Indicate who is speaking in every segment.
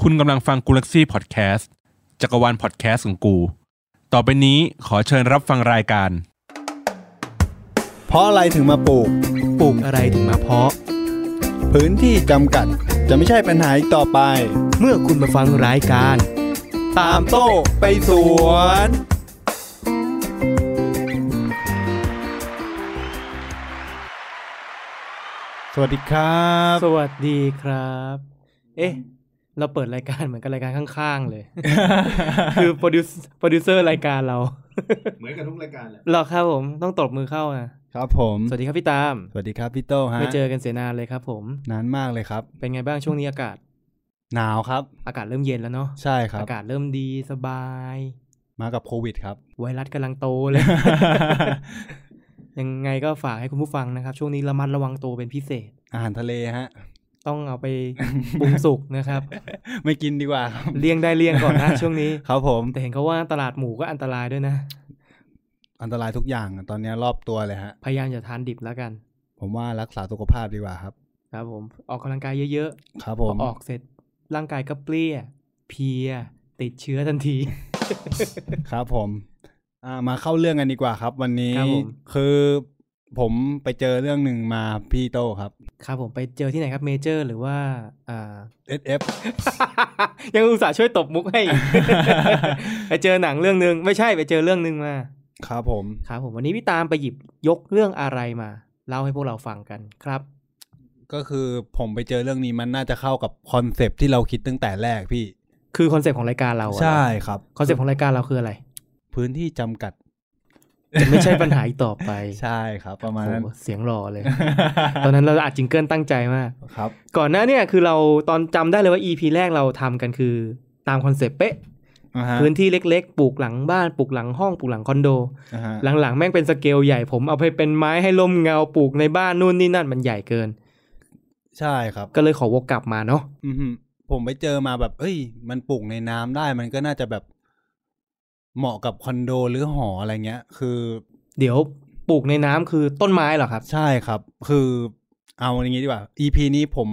Speaker 1: คุณกำลังฟังกูลักซี่พอดแคสต์จักรวาลพอดแคสต์ของกู ต่อไปนี้ขอเชิญรับฟังรายการ
Speaker 2: เพราะอะไรถึงมาปลูก
Speaker 3: ปลูกอะไรถึงมาเพาะ
Speaker 2: พื้นที่จำกัดจะไม่ใช่ปัญหาอีกต่อไป
Speaker 3: เมื่อคุณมาฟังรายการ
Speaker 2: ตามโต้ไปสวน สวัสดีครับ
Speaker 3: สวัสดีครับ เอ๊ะ เราเปิดรายการเหมือนกับรายการข้างๆเลย คือโปรดิวโปรดิวเซอร์รายการเรา
Speaker 1: เหมือนกับทุกรายการแหละ
Speaker 3: หรอครับผมต้องตบมือเข้าอ่ะ
Speaker 2: ครับผม
Speaker 3: สวัสดีครับพี่ตาม
Speaker 2: สวัสดีครับพี่โต้ฮะ
Speaker 3: ไม่เจอกันเสียนานเลยครับผม
Speaker 2: นานมากเลยครับ
Speaker 3: เป็นไงบ้างช่วงนี้อากาศ
Speaker 2: หนาวครับ
Speaker 3: อากาศเริ่มเย็นแล้วเนาะ
Speaker 2: ใช่ครับ
Speaker 3: อากาศเริ่มดีสบาย
Speaker 2: มากับโควิด ครับ
Speaker 3: ไวรัสกำลังโตเลย ยังไงก็ฝากให้คุณผู้ฟังนะครับ ช่วงนี้ระมัดระวังตัวเป็นพิเศษ
Speaker 2: อาหารทะเลฮะ
Speaker 3: ต้องเอาไปปรุงสุกนะครับ
Speaker 2: ไม่กินดีกว่าครับ
Speaker 3: เลี่ยงได้เลี่ยงก่อน นะ ช่วงนี้
Speaker 2: ครับผม
Speaker 3: แต่เห็นเขาว่าตลาดหมูก็อันตรายด้วยนะ
Speaker 2: อันตรายทุกอย่างอะตอนนี้รอบตัวเลยฮะ
Speaker 3: พยายามอย่าทานดิบแล้วกัน
Speaker 2: ผมว่ารักษาสุขภาพดีกว่าครับ
Speaker 3: ครับผมออกกำลังกายเยอะ
Speaker 2: ครับ
Speaker 3: ๆ
Speaker 2: ผ
Speaker 3: พอ
Speaker 2: ม
Speaker 3: ออกเสร็จร่างกายก็เปรี้ย เพลีย ติดเชื้อทันที
Speaker 2: ครับผมอ่ามาเข้าเรื่องกันดีกว่าครับ วันนี้
Speaker 3: ครับผม
Speaker 2: คือผมไปเจอเรื่องหนึ่งมาพี่โตครับ
Speaker 3: ครับผมไปเจอที่ไหนครับเมเจอร์หรือว่าอ่า
Speaker 2: SF
Speaker 3: ยังอุตส่าห์ช่วยตบมุกให้อีก ไปเจอหนังเรื่องนึง ไม่ใช่ไปเจอเรื่องนึงมา
Speaker 2: ครับผม
Speaker 3: ครับผมวันนี้พี่ตามไปหยิบยกเรื่องอะไรมาเล่าให้พวกเราฟังกันครับ
Speaker 2: ก็คือผมไปเจอเรื่องนี้มันน่าจะเข้ากับคอนเซปต์ที่เราคิดตั้งแต่แรกพี่
Speaker 3: คือคอนเซปต์ของรายการเราอะ
Speaker 2: ใช่ครับ
Speaker 3: คอนเซปต์ของรายการเราคืออะไร
Speaker 2: พื้นที่จำกัด
Speaker 3: จะไม่ใช่ปัญหาอีกต่อไป
Speaker 2: ใช่ครับ ประมาณนั้น
Speaker 3: โอ้โหเสียงหล่อเลย ตอนนั้นเราอัดจิงเกิลตั้งใจมาก
Speaker 2: ครับ
Speaker 3: ก่อนหน้าเนี่ยคือเราตอนจำได้เลยว่า EP แรกเราทำกันคือตามคอนเซปต์เป๊ะ
Speaker 2: อ่าฮะ
Speaker 3: พื้นที่เล็กๆ ปลูกหลังบ้าน ปลูกหลังห้อง ปลูกหลังคอนโด
Speaker 2: อ่าฮะ
Speaker 3: หลังๆ แม่งเป็นสเกลใหญ่ผมเอาไปเป็นไม้ให้ล่มเงาปลูกในบ้านนู่นนี่นั่นมันใหญ่เกิน
Speaker 2: ใช่ครับ
Speaker 3: ก็เลยขอวกกลับมาเนาะ
Speaker 2: อือฮึผมไปเจอมาแบบ เอ้ย มันปลูกในน้ำได้ มันก็น่าจะแบบ เหมาะกับคอนโดหรือหออะไรเงี้ย คือ
Speaker 3: เดี๋ยวปลูกในน้ำคือต้นไม้เหรอครับ
Speaker 2: ใช่ครับ คือเอาอย่างนี้ดีกว่า EP นี้ผม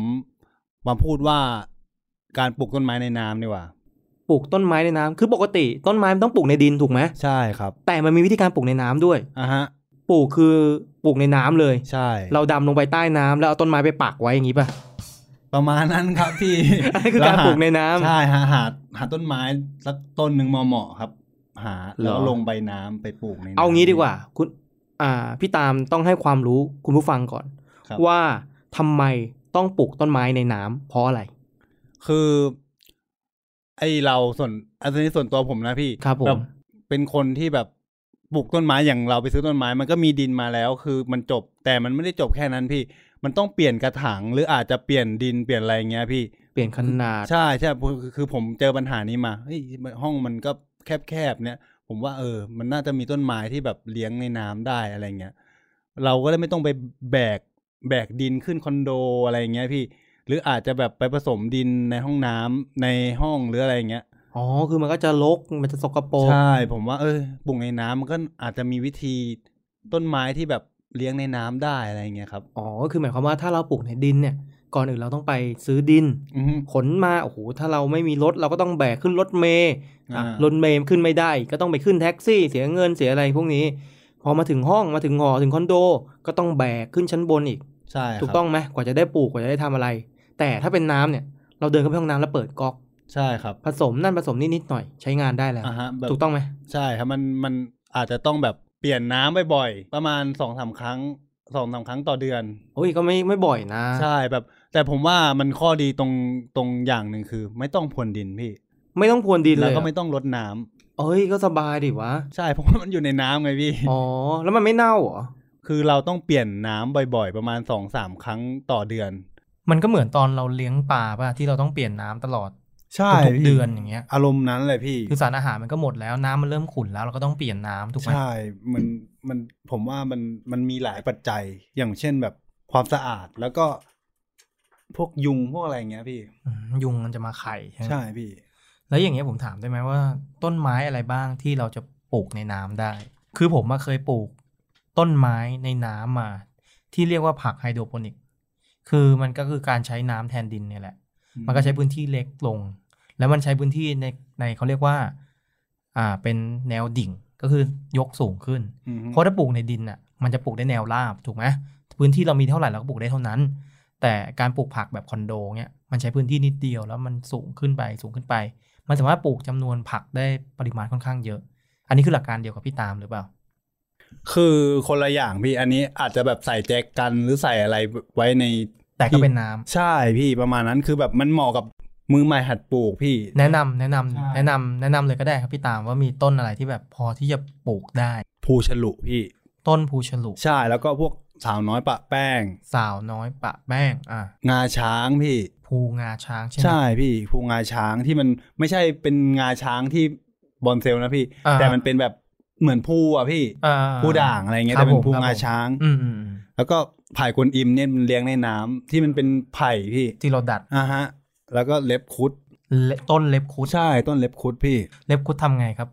Speaker 2: มาพูดว่าการปลูกต้นไม้ในน้ำดีกว่า
Speaker 3: ปลูกต้นไม้ในน้ำคือปกติต้นไม้มันต้องปลูกในดินถูกไหม
Speaker 2: ใช่ครับ
Speaker 3: แต่มันมีวิธีการปลูกในน้ำด้วย
Speaker 2: อ่ะฮะ
Speaker 3: ปลูกคือปลูกในน้ำเลย
Speaker 2: ใช่
Speaker 3: เราดำลงไปใต้น้ำแล้วเอาต้นไม้ไปปักไว้อย่างนี้ป่ะ
Speaker 2: ประมาณนั้นครับพี่
Speaker 3: อันนี้คือ การปลูกในน้ำ
Speaker 2: ใช่หาหาหาต้นไม้สักต้นหนึ่งเหมาะๆครับ หา
Speaker 3: เหรอ
Speaker 2: แล้วลงใบน้ำไปปลูกในน้ำ
Speaker 3: เอางี้ดีกว่า คุณอ่าพี่ตามต้องให้ความรู้คุณผู้ฟังก่อน
Speaker 2: ครับ
Speaker 3: ว่าทำไมต้องปลูกต้นไม้ในน้ำเพราะอะไร
Speaker 2: คือ ไอเราส่วนอันนี้ส่วนตัวผมนะพี่
Speaker 3: ครับผม
Speaker 2: แเป็นคนที่แบบปลูกต้นไม้อย่างเราไปซื้อต้นไม้ มันก็มีดินมาแล้ว คือมันจบแต่มันไม่ได้จบแค่นั้นพี่ มันต้องเปลี่ยนกระถางหรืออาจจะเปลี่ยนดินเปลี่ยนอะไรอย่างเงี้ยพี่
Speaker 3: เปลี่ยนขนาด
Speaker 2: ใช่ใช่คือคือคือผมเจอปัญหานี้มาเฮ้ยมันห้องมันก็แคบๆเนี่ย ผมว่าเออ มันน่าจะมีต้นไม้ที่แบบเลี้ยงในน้ำได้อะไรเงี้ยเราก็ได้ไม่ต้องไปแบกแบกดินขึ้นคอนโดอะไรเงี้ยพี่ หรืออาจจะแบบไปผสมดินในห้องน้ำในห้องหรืออะไรเงี้ย
Speaker 3: อ๋อ คือมันก็จะรกมันจะสกปรก
Speaker 2: ใช่ ผมว่าเออปลูกในน้ำมันก็อาจจะมีวิธีต้นไม้ที่แบบเลี้ยงในน้ำได้อะไรเงี้ยครับ
Speaker 3: อ๋อ ก็คือหมายความว่าถ้าเราปลูกในดินเนี่ย ก่อนอื่นเราต้องไปซื้อดิน
Speaker 2: อือฮึ
Speaker 3: ขนมา โอ้โห ถ้าเราไม่มีรถเราก็ต้องแบกขึ้นรถเมย์อ่ะ
Speaker 2: อ่าร ร
Speaker 3: ถเมย์ขึ้นไม่ได้ ก็ต้องไปขึ้นแท็กซี่ เสียเงินเสียอะไรพวกนี้ พอมาถึงห้องมาถึงหอถึงคอนโด ก็ต้องแบกขึ้นชั้นบนอีก
Speaker 2: ใช่ครับ
Speaker 3: ถูกต้องไหมกว่าจะได้ปลูกกว่าจะได้ทำอะไร แต่ถ้าเป็นน้ำเนี่ย เราเดินเข้าไปห้องน้ำแล้วเปิดก๊อก
Speaker 2: ใช่ครับ
Speaker 3: ผสมนั่นผสมนี่นิดหน่อยใช้งานได้แล้ว
Speaker 2: อ่าฮะแบบ
Speaker 3: ถูกต้องไหม
Speaker 2: ใช่ครับมันมันอาจจะต้องแบบเปลี่ยนน้ำบ่อยๆประมาณสองสาครั้งสองสาครั้งต่อเดือน
Speaker 3: โอ้ยก็ไม่ไม่บ่อยนะ
Speaker 2: ใช่แบบ แต่ผมว่ามันข้อดีตรงตรงอย่างหนึ่งคือ ไม่ต้องพรวนดินพี่
Speaker 3: ไม่ต้องพรวนดินเล
Speaker 2: แล้ว
Speaker 3: ย
Speaker 2: ก็
Speaker 3: อะ
Speaker 2: ไม่ต้องรดน้ำ
Speaker 3: เอ้ยก็สบายดิวะ
Speaker 2: ใช่เพราะว่ามันอยู่ในน้ำไงพี่
Speaker 3: อ๋อ แล้วมันไม่เน่าเหรอ
Speaker 2: คือเราต้องเปลี่ยนน้ำบ่อยๆ ประมาณสองสามครั้งต่อเดือน
Speaker 3: มันก็เหมือนตอนเราเลี้ยงปลาป่ะที่เราต้องเปลี่ยนน้ำตลอด
Speaker 2: ใช่
Speaker 3: ทุกๆเดือนอย่างเงี้ย
Speaker 2: อารมณ์นั้นเลยพี่
Speaker 3: คือสารอาหารมันก็หมดแล้วน้ำมันเริ่มขุ่นแล้วเราก็ต้องเปลี่ยนน้ำถูกไหม
Speaker 2: ใช่มันมันผมว่ามันมันมีหลายปัจจัยอย่างเช่นแบบความสะอาดแล้วก็ พวกยุงพวกอะไรอย่างเงี้ยพี่
Speaker 3: อืมยุงมันจะมาไข่ใช่ไหม
Speaker 2: ใช่พี่
Speaker 3: แล้วอย่างเงี้ยผมถามได้ไหมว่า ต้นไม้อะไรบ้างที่เราจะปลูกในน้ำได้ คือผมมาเคยปลูกต้นไม้ในน้ำมา ที่เรียกว่าผักไฮโดรโปนิก คือมันก็คือการใช้น้ำแทนดินเนี่ยแหละ มันก็ใช้พื้นที่เล็กลง แล้วมันใช้พื้นที่ในในเขาเรียกว่า อ่าเป็นแนวดิ่งก็คือยกสูงขึ้น
Speaker 2: อืม
Speaker 3: เพราะถ้าปลูกในดินอ่ะมันจะปลูกได้แนวราบถูกไหมพื้นที่เรามีเท่าไหร่เราก็ปลูกได้เท่านั้น แต่การปลูกผักแบบคอนโดเนี่ยมันใช้พื้นที่นิดเดียวแล้วมันสูงขึ้นไปสูงขึ้นไป มันสามารถปลูกจำนวนผักได้ปริมาณค่อนข้างเยอะ อันนี้คือหลักการเดียวกับพี่ตามหรือเปล่า
Speaker 2: คือคนละอย่างพี่อันนี้อาจจะแบบใส่แจกันหรือใส่อะไรไว้ใน
Speaker 3: แต่ก็เป็นน้ำ
Speaker 2: ใช่พี่ประมาณนั้นคือแบบมันเหมาะกับมือใหม่หัดปลูกพี่
Speaker 3: แนะนำแนะนำ
Speaker 2: ใช่
Speaker 3: แนะนำแนะนำเลยก็ได้ครับพี่ตามว่ามีต้นอะไรที่แบบพอที่จะปลูกได้
Speaker 2: ภูฉลุพี่
Speaker 3: ต้นภูฉลุ
Speaker 2: ใช่แล้วก็พวกสาวน้อยปะแป้ง
Speaker 3: สาวน้อยปะแป้งอ่ะ
Speaker 2: งาช้างพี่
Speaker 3: ภูงาช้างใช่ไหม
Speaker 2: ใช่พี่ภูงาช้างที่มันไม่ใช่เป็นงาช้างที่บอนเซลนะพี่
Speaker 3: อ่า
Speaker 2: แต่มันเป็นแบบเหมือนภูอ่ะพี่
Speaker 3: อ่า
Speaker 2: ภูด่างอะไรเงี้ย
Speaker 3: ค
Speaker 2: แต่
Speaker 3: บ
Speaker 2: เป็นภู
Speaker 3: ผม
Speaker 2: งาช้าง
Speaker 3: อืมอืมอืม
Speaker 2: แล้วก็ไผ่กวนอิมเนี่ยมันเลี้ยงในน้ำที่มันเป็นไผ่พี่
Speaker 3: ที่เราดัด
Speaker 2: อ่าฮะ แล้วก็เล็บคุด
Speaker 3: เลต้นเล็บคุด
Speaker 2: ใช่ต้นเล็บคุดพี่
Speaker 3: เล็บคุดทำไงครับ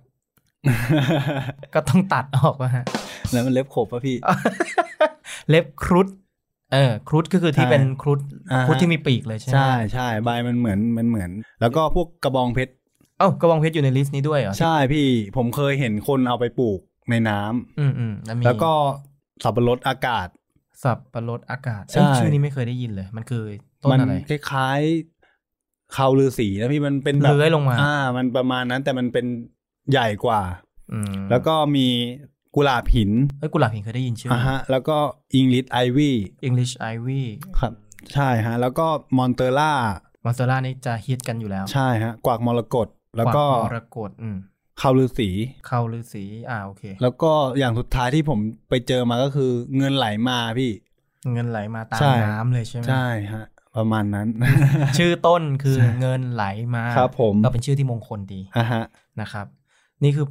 Speaker 3: ก็ต้องตัดออกมา ฮะ
Speaker 2: แล้วมันเล็บขบป่ะพี่
Speaker 3: เล็บครุฑเออครุฑก็คือที่
Speaker 2: ใช่
Speaker 3: เป็นครุฑ
Speaker 2: อ่าฮะ
Speaker 3: ครุฑที่มีปีกเลยใช่ไหม
Speaker 2: ใช่ใช่ใบมันเหมือนมันเหมือน แล้วก็พวกกระบองเพชร
Speaker 3: เอ้ากระบองเพชรอยู่ในลิสต์นี้ด้วยเหรอ
Speaker 2: ใช่พี่ ผมเคยเห็นคนเอาไปปลูกในน้ำ
Speaker 3: อืมอืมแล้วมี
Speaker 2: แล้วก็สับปะรดอากาศ
Speaker 3: สับปะรดอากาศ
Speaker 2: ใช่
Speaker 3: เอ้ยชื่อนี้ไม่เคยได้ยินเลย มันคือต้น
Speaker 2: มั
Speaker 3: อะไร
Speaker 2: คล้ายๆเขาลือสีนะพี่มันเป็นแบบ
Speaker 3: เลื้อยลงมา
Speaker 2: อ่า มันประมาณนั้นแต่มันเป็นใหญ่กว่า
Speaker 3: อืม
Speaker 2: แล้วก็มีกุหลาบหิน
Speaker 3: เอ้ยกุหลาบเห็นเคยได้ยินชื่อ
Speaker 2: อ่ะฮะ แล้วก็อิงลิชไอวี่
Speaker 3: อังกฤษไอวี่
Speaker 2: ครับ ใช่ฮะ แล้วก็มอนเตอร่าม
Speaker 3: อนสเตอร่านี่จะฮิตกันอยู่แล้ว
Speaker 2: ใช่ฮะ กวากมรกตแล้วก็
Speaker 3: วามรกตอืม
Speaker 2: เขาลือสี
Speaker 3: เข้าฤาษีอ่าโอเค
Speaker 2: แล้วก็อย่างสุดท้ายที่ผมไปเจอมาก็คือเงินไหลมาพี่
Speaker 3: เงินไหลมาตาม
Speaker 2: ใช่
Speaker 3: น้ำเลยใช่ไหม
Speaker 2: ใช่ฮะ ประมาณนั้น
Speaker 3: ชื่อต้นคือเงินไหลมา
Speaker 2: ครับผม
Speaker 3: ก็เป็นชื่อที่มงคลดี
Speaker 2: อ่ะฮะ
Speaker 3: นะครับ นี่คือ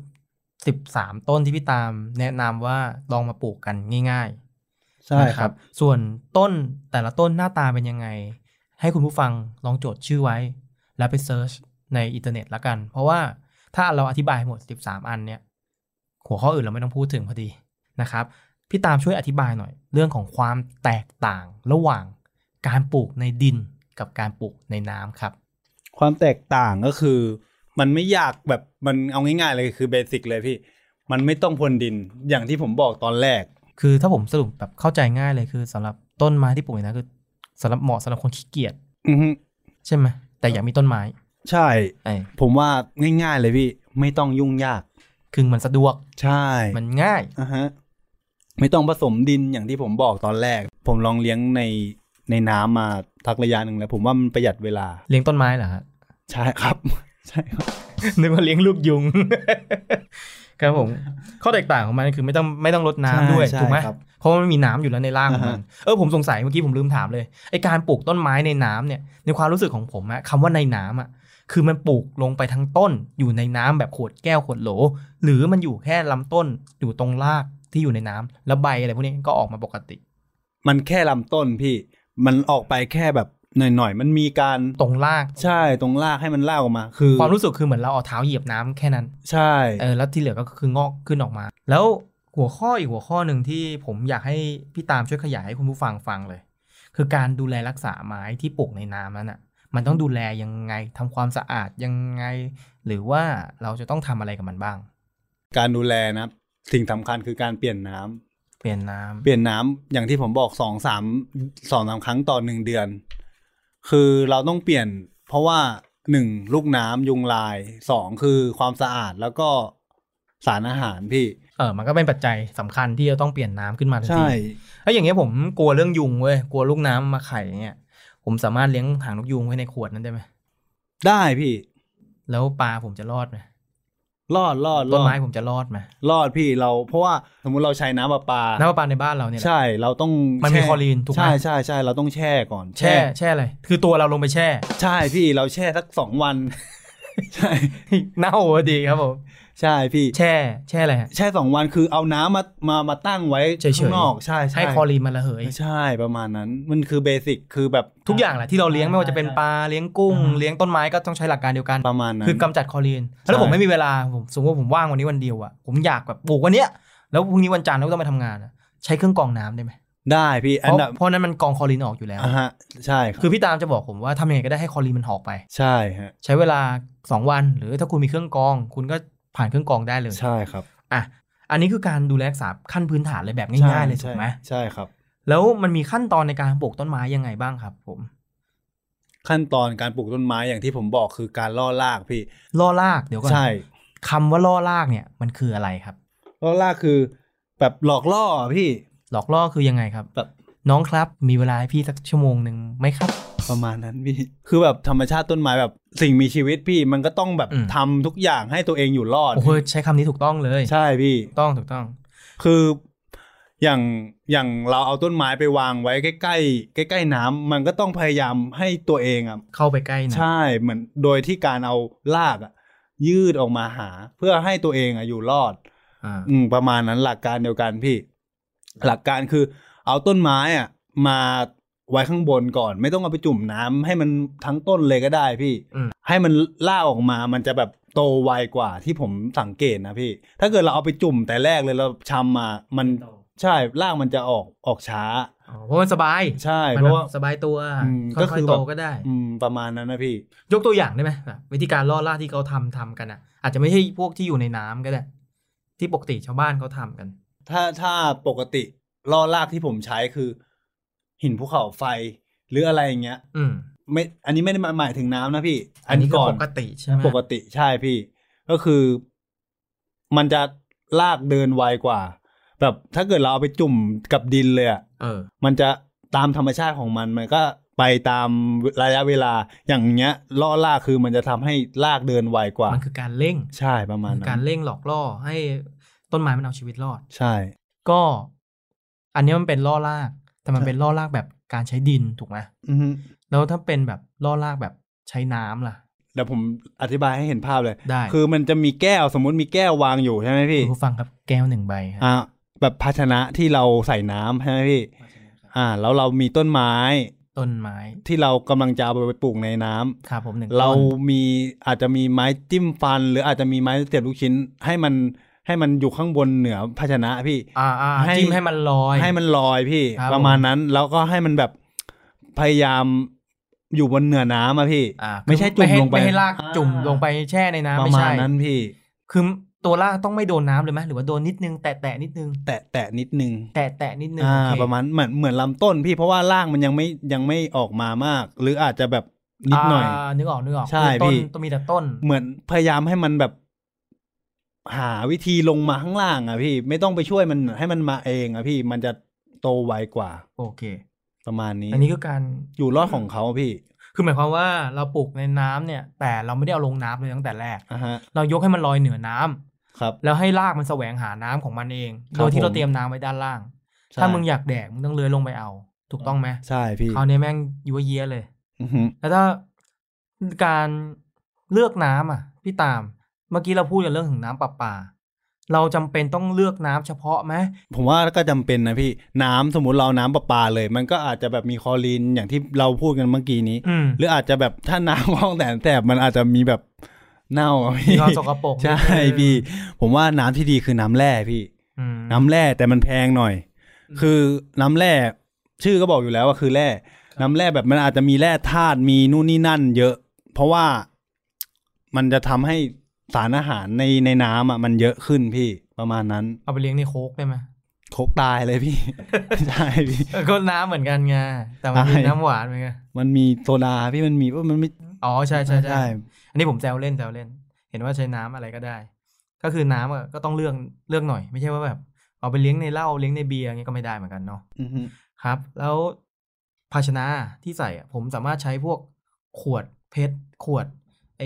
Speaker 3: สิบสามต้นที่พี่ตามแนะนำว่าลองมาปลูกกันง่ายๆ
Speaker 2: ใช่
Speaker 3: นะครับ ส่วนต้นแต่ละต้นหน้าตาเป็นยังไง ให้คุณผู้ฟังลองจดชื่อไว้ แล้วไปเซิร์ชในอินเทอร์เน็ตละกัน เพราะว่าถ้าเราอธิบายหมด 13 อันเนี่ย หัวข้ออื่นเราไม่ต้องพูดถึงพอดีนะครับ พี่ตามช่วยอธิบายหน่อย เรื่องของความแตกต่างระหว่างการปลูกในดินกับการปลูกในน้ำครับ
Speaker 2: ความแตกต่างก็คือ มันไม่ยากแบบมันเอาง่ายๆเลยคือเบสิกเลยพี่ มันไม่ต้องพรวนดินอย่างที่ผมบอกตอนแรก
Speaker 3: คือถ้าผมสรุปแบบเข้าใจง่ายเลยคือสำหรับต้นไม้ที่ปลูกในน้ำคือสำหรับเหมาะสำหรับคนขี้เกียจ
Speaker 2: อือฮึ
Speaker 3: ใช่ไหมแต่อยากมีต้นไม้
Speaker 2: ใช่
Speaker 3: ไอ้ย
Speaker 2: ผมว่าง่ายๆเลยพี่ ไม่ต้องยุ่งยาก
Speaker 3: คือมันสะดวก
Speaker 2: ใช่
Speaker 3: มันง่าย
Speaker 2: อ่ะฮะ ไม่ต้องผสมดินอย่างที่ผมบอกตอนแรก ผมลองเลี้ยงในในน้ำมาทักระยะหนึ่งแล้ว ผมว่ามันประหยัดเวลา
Speaker 3: เลี้ยงต้นไม้เหรอฮะ
Speaker 2: ใช่ครับ ใช่ครับ
Speaker 3: นึกว่าเลี้ยงลูกยุง ครับผม ข้อแตกต่างของมันคือไม่ต้องไม่ต้องรดน้ำด้วย
Speaker 2: ใช่
Speaker 3: ถูกไหม
Speaker 2: ครับ
Speaker 3: เพราะมันมีน้ำอยู่แล้วในร่างของมันเออผมสงสัยเมื่อกี้ผมลืมถามเลยไอการปลูกต้นไม้ในน้ำเนี่ยในความรู้สึกของผมอะคำว่าในน้ำอะคือมันปลูกลงไปทั้งต้น อยู่ในน้ำแบบขวดแก้วขวดโหล หรือมันอยู่แค่ลำต้นอยู่ตรงรากที่อยู่ในน้ำแล้วใบอะไรพวกนี้ก็ออกมาปกติ
Speaker 2: มันแค่ลำต้นพี่ มันออกไปแค่แบบหน่อยๆ มันมีการ
Speaker 3: ตรงราก
Speaker 2: ใช่ตรงลากให้มันลากออกมา คือ
Speaker 3: ความรู้สึกคือเหมือนเราเอาเท้าเหยียบน้ำแค่นั้น
Speaker 2: ใช่
Speaker 3: เออแล้วที่เหลือก็คืองอกขึ้นออกมา แล้วหัวข้ออีกหัวข้อหนึ่งที่ผมอยากให้พี่ตามช่วยขยายให้คุณผู้ฟังฟังเลย คือการดูแลรักษาไม้ที่ปลูกในน้ำนั้นอ่ะ มันต้องดูแลยังไงทำความสะอาดยังไง หรือว่าเราจะต้องทำอะไรกับมันบ้าง
Speaker 2: การดูแลนะสิ่งสำคัญคือการเปลี่ยนน้ำ
Speaker 3: เปลี่ยนน้ำ
Speaker 2: เปลี่ยนน้ำอย่างที่ผมบอกสองสามสองสามครั้งต่อหนึ่งเดือน คือเราต้องเปลี่ยน เพราะว่าหนึ่งลูกน้ำยุงลายสองคือความสะอาดแล้วก็สารอาหารพี่
Speaker 3: เออมันก็เป็นปัจจัยสำคัญที่จะต้องเปลี่ยนน้ำขึ้นมาทัน
Speaker 2: ใช่
Speaker 3: ทีแล้วอย่างเงี้ยผมกลัวเรื่องยุงเว้ยกลัวลูกน้ำมาไข่อย่างเงี้ยผมสามารถเลี้ยงหางนกยุงไว้ในขวดนั้นได้ไหม
Speaker 2: ได้พี่
Speaker 3: แล้วปลาผมจะรอดไหม
Speaker 2: รอดรอดร
Speaker 3: ต้น
Speaker 2: อด
Speaker 3: ไม้ผมจะรอดไหม
Speaker 2: รอดพี่เรา เพราะว่าสมมุติเราใช้น้ำประปา
Speaker 3: น้ำประปาในบ้านเราเนี่ยแหละ
Speaker 2: ใช่เราต้อง
Speaker 3: มันมี
Speaker 2: แช่
Speaker 3: คลอรีนถูกไหม
Speaker 2: ใช่ใช่ใช่เราต้องแช่ก่อน
Speaker 3: แช่แช่อะไรคือตัวเราลงไปแช่
Speaker 2: ใช่พี่เราแช่สักสองวัน ใช่
Speaker 3: เน่าพอดีครับผม
Speaker 2: ใช่พี่
Speaker 3: แช่แช่อะไรฮะ
Speaker 2: แช่สองวันคือเอาน้ำมามามาตั้งไว้
Speaker 3: เฉยๆ
Speaker 2: ข้างนอกใช่ใช่
Speaker 3: ให้คลอรีนมันระเหย
Speaker 2: ใช่ประมาณนั้น มันคือเบสิกคือแบบ
Speaker 3: ทุกอย่างแหละที่เราเลี้ยงไม่ว่าจะเป็นปลาเลี้ยงกุ้ง เลี้ยงต้นไม้ก็ต้องใช้หลักการเดียวกัน
Speaker 2: ประมาณนั้น
Speaker 3: คือกำจัดคลอรีนแล้วผมไม่มีเวลาผมสมมติว่าผมว่างวันนี้วันเดียวอะผมอยากแบบปลูกวันเนี้ยแล้วพรุ่งนี้วันจันทร์เราก็ต้องไปทำงานอะใช้เครื่องกรองน้ำได้ไหม
Speaker 2: ได้พี่
Speaker 3: เพ
Speaker 2: อัน
Speaker 3: ราะ
Speaker 2: ดับ
Speaker 3: เพราะนั้นมันกองคอลินออกอยู่แล้ว
Speaker 2: อ่าฮะ ใช่ครับ
Speaker 3: คือพี่ตามจะบอกผมว่าทำยังไงก็ได้ให้คอลินมันออกไป
Speaker 2: ใช่ฮะ
Speaker 3: ใช้เวลา 2 วัน หรือถ้าคุณมีเครื่องกรอง คุณก็ผ่านเครื่องกรองได้เลย
Speaker 2: ใช่ครับ
Speaker 3: อ่ะอันนี้คือการดูแลรักษาขั้นพื้นฐานเลยแบบง่ายๆเลย
Speaker 2: ใช่
Speaker 3: ถูกไหม
Speaker 2: ใช่ครับ
Speaker 3: แล้วมันมีขั้นตอนในการปลูกต้นไม้ยังไงบ้างครับ ผม
Speaker 2: ขั้นตอนการปลูกต้นไม้อย่างที่ผมบอกคือการล่อรากพี่
Speaker 3: ล่อรากเดี๋ยวก่อน
Speaker 2: ใช่
Speaker 3: คำว่าล่อรากเนี่ยมันคืออะไรครับ
Speaker 2: ล่อรากคือ แบบหลอกล่ออะพี่
Speaker 3: หลอกล่อคือยังไงครับ
Speaker 2: แบบ
Speaker 3: น้องครับมีเวลาให้พี่สักชั่วโมงหนึ่งไหมครับ
Speaker 2: ประมาณนั้นพี่ คือแบบธรรมชาติต้นไม้แบบสิ่งมีชีวิตพี่ มันก็ต้องแบบ
Speaker 3: อืม
Speaker 2: ทำทุกอย่างให้ตัวเองอยู่รอด
Speaker 3: โอ้โหใช้คำนี้ถูกต้องเลย
Speaker 2: ใช่พี่
Speaker 3: ถูกต้องถูกต้อง
Speaker 2: คืออย่างอย่างเราเอาต้นไม้ไปวางไว้ใกล้ใกล้ๆใกล้ๆน้ำมันก็ต้องพยายามให้ตัวเองอ่ะ
Speaker 3: เข้าไปใกล้หนะ
Speaker 2: ใช่เหมือนโดยที่การเอารากอ่ะ ยืดออกมาหา เพื่อให้ตัวเองอ่ะอยู่รอด
Speaker 3: อ่า
Speaker 2: อืมประมาณนั้นหลักการเดียวกันพี่ หลักการคือ เอาต้นไม้อ่ะ มาไว้ข้างบนก่อน ไม่ต้องเอาไปจุ่มน้ำให้มันทั้งต้นเลยก็ได้พี่ ให้มันล่ากออกมามันจะแบบโตไวกว่าที่ผมสังเกตนะพี่ ถ้าเกิดเราเอาไปจุ่มแต่แรกเลยเราชำมามันใช่รากมันจะออกออกช้า
Speaker 3: อ๋อเพราะมันสบาย
Speaker 2: ใช่
Speaker 3: มัน
Speaker 2: เพราะว่า
Speaker 3: สบายตัว
Speaker 2: อืมก็
Speaker 3: ก็
Speaker 2: คื
Speaker 3: คือ
Speaker 2: อ
Speaker 3: โต
Speaker 2: แบบ
Speaker 3: ก็ได้
Speaker 2: อืมประมาณนั้นนะพี่
Speaker 3: ยกตัวอย่างได้ไหมแบบวิธีการล่อล่าที่เขาทำทำกันอ่ะ อาจจะไม่ใช่พวกที่อยู่ในน้ำก็ได้ ที่ปกติชาวบ้านเขาทำกัน
Speaker 2: ถ้าถ้าปกติล่อรากที่ผมใช้คือ หินภูเขาไฟหรืออะไรอย่างเงี้ย
Speaker 3: อืม
Speaker 2: ไม่อันนี้ไม่ได้หมายถึงน้ำนะพี่ อั
Speaker 3: อัน
Speaker 2: น
Speaker 3: นี้
Speaker 2: นี้
Speaker 3: ก็
Speaker 2: ก่อน
Speaker 3: ปกติใช่ไหม
Speaker 2: ปกติใช่พี่ ก็คือ มันจะลากเดินไวกว่า แบบถ้าเกิดเราเอาไปจุ่มกับดินเลยอะ
Speaker 3: เออ
Speaker 2: มันจะตามธรรมชาติของมัน มันก็ไปตามระยะเวลาอย่างเงี้ย ล่อลากคือมันจะทำให้ลากเดินไวกว่า
Speaker 3: มันคือการเร่ง
Speaker 2: ใช่ประมาณ
Speaker 3: คือ
Speaker 2: นั้
Speaker 3: การ
Speaker 2: น
Speaker 3: เร่งหลอกล่อให้ต้นไม้มันเอาชีวิตรอด
Speaker 2: ใช่
Speaker 3: ก็ อันนี้มันเป็นล่อลาก แต่มันเป็นล่อลากแบบการใช้ดินถูกไหม
Speaker 2: อือฮึ
Speaker 3: แล้วถ้าเป็นแบบล่อลากแบบใช้น้ำล่ะ
Speaker 2: เดี๋ยวผมอธิบายให้เห็นภาพเลย
Speaker 3: ได้
Speaker 2: คือมันจะมีแก้วสมมติมีแก้ววางอยู่ใช่ไหมพี่
Speaker 3: คุณผู้ฟังครับแก้วหนึ่งใบครับ
Speaker 2: อ่าแบบภาชนะที่เราใส่น้ำใช่ไหมพี่ อ่าแล้วเรามีต้นไม้
Speaker 3: ต้นไม้
Speaker 2: ที่เรากำลังจะเอาไปปลูกในน้ำ
Speaker 3: ครับผมหนึ่ง
Speaker 2: เรา
Speaker 3: ต้น
Speaker 2: มีอาจจะมีไม้จิ้มฟัน หรืออาจจะมีไม้เสียบลูกชิ้น ให้มันให้มันอยู่ข้างบนเหนือภาชนะพี่
Speaker 3: อ่าอ่า
Speaker 2: ให้
Speaker 3: จิ้มให้มันลอย
Speaker 2: ให้มันลอยพี่
Speaker 3: ครับ
Speaker 2: ประมาณนั้นแล้วก็ให้มันแบบพยายามอยู่บนเหนือน้ำอะพี่
Speaker 3: อ่าคือ
Speaker 2: ไม่ใช่จุ่ม
Speaker 3: ให้
Speaker 2: ลงไป
Speaker 3: ไม่ให้ลาก
Speaker 2: อ่า
Speaker 3: จุ่มลงไปแช่ใน
Speaker 2: ป
Speaker 3: น้ำ
Speaker 2: ระ
Speaker 3: ไม่
Speaker 2: มา
Speaker 3: ใช่
Speaker 2: ณนั้นพี่
Speaker 3: คือตัวลากต้องไม่โดนน้ำเลยไหมหรือว่าโดนนิดนึงแตะแตะนิดนึง
Speaker 2: แตะแตะนิดนึง
Speaker 3: แตะแตะนิดนึง
Speaker 2: อ่า
Speaker 3: โอเค
Speaker 2: ประมาณเหมือนเหมือนลำต้นพี่เพราะว่าร่างมันยังไม่ยังไม่ออกมามาก หรืออาจจะแบบนิดหน่อย
Speaker 3: านึกออกนึกออก
Speaker 2: ใช่
Speaker 3: ต้น
Speaker 2: พี่
Speaker 3: ต้นมีแต่ต้น
Speaker 2: เหมือนพยายามให้มันแบบ หาวิธีลงมาข้างล่างอ่ะพี่ ไม่ต้องไปช่วยมันให้มันมาเองอ่ะพี่มันจะโตไวกว่า
Speaker 3: โอเค
Speaker 2: ประมาณนี้
Speaker 3: อันนี้คือการ
Speaker 2: อยู่รอดของเขาอะพี่
Speaker 3: คือหมายความว่าเราปลูกในน้ำเนี่ย แต่เราไม่ได้เอาลงน้ำเลยตั้งแต่แรก
Speaker 2: อ่ะฮะ
Speaker 3: เรายกให้มันลอยเหนือน้ำ
Speaker 2: ครับ
Speaker 3: แล้วให้รากมันแสวงหาน้ำของมันเอง
Speaker 2: ครับ
Speaker 3: โดยที่เรา
Speaker 2: ผม
Speaker 3: เตรียมน้ำไว้ด้านล่าง
Speaker 2: ใช่
Speaker 3: ถ้ามึงอยากแดกมึงต้องเลื้อยลงไปเอา ถูกต้องไหม
Speaker 2: ใช่พี่
Speaker 3: คราวนี้แม่งยัวเยียเลย
Speaker 2: อือฮึ
Speaker 3: แล้วถ้าการเลือกน้ำอ่ะ พี่ตาม เมื่อกี้เราพูดกันเรื่องถึงน้ำประปา เราจำเป็นต้องเลือกน้ำเฉพาะไหม
Speaker 2: ผมว่าก็จำเป็นนะพี่ น้ำสมมติเราน้ำประปาเลย มันก็อาจจะแบบมีคลอรีนอย่างที่เราพูดกันเมื่อกี้นี้
Speaker 3: อืม
Speaker 2: หรืออาจจะแบบถ้าน้ำห้องแสนแสบมันอาจจะมีแบบเน่าอะ
Speaker 3: มี
Speaker 2: พี่
Speaker 3: ความสกปรก
Speaker 2: ใช่
Speaker 3: นิดนึง
Speaker 2: พี่ ผมว่าน้ำที่ดีคือน้ำแร่พี่
Speaker 3: อืม
Speaker 2: น้ำแร่แต่มันแพงหน่อย
Speaker 3: อืม
Speaker 2: คือน้ำแร่ชื่อก็บอกอยู่แล้วว่าคือแร่
Speaker 3: ครับ
Speaker 2: น้ำแร่แบบมันอาจจะมีแร่ธาตุมีนู่นนี่นั่น เยอะ เพราะว่ามันจะทำให้สารอาหารในในน้ำอ่ะมันเยอะขึ้นพี่ประมาณนั้น
Speaker 3: เอาไปเลี้ยงในโคกได้ไหม
Speaker 2: โคกตายเลยพี่ ใช่พี่
Speaker 3: เออก็น้ำเหมือนกันไงแต่มันมี
Speaker 2: ใช่
Speaker 3: น้ำหวานเหมือนกัน
Speaker 2: มันมีโซดาพี่มันมีว่ามันไม่
Speaker 3: อ๋อใช่ใช่ใช่
Speaker 2: ได้
Speaker 3: อันนี้ผมแซวเล่นแซวเล่น เห็นว่าใช้น้ำอะไรก็ได้ ก็คือน้ำอะก็ต้องเลือกเลือกหน่อย ไม่ใช่ว่าแบบ เอาไปเลี้ยงในเหล้าเลี้ยงในเบียร์อย่างเงี้ยก็ไม่ได้เหมือนกันเนาะ
Speaker 2: อือฮึ
Speaker 3: ครับ แล้วภาชนะที่ใส่อะผมสามารถใช้พวกขวดเพชรขวด ไอ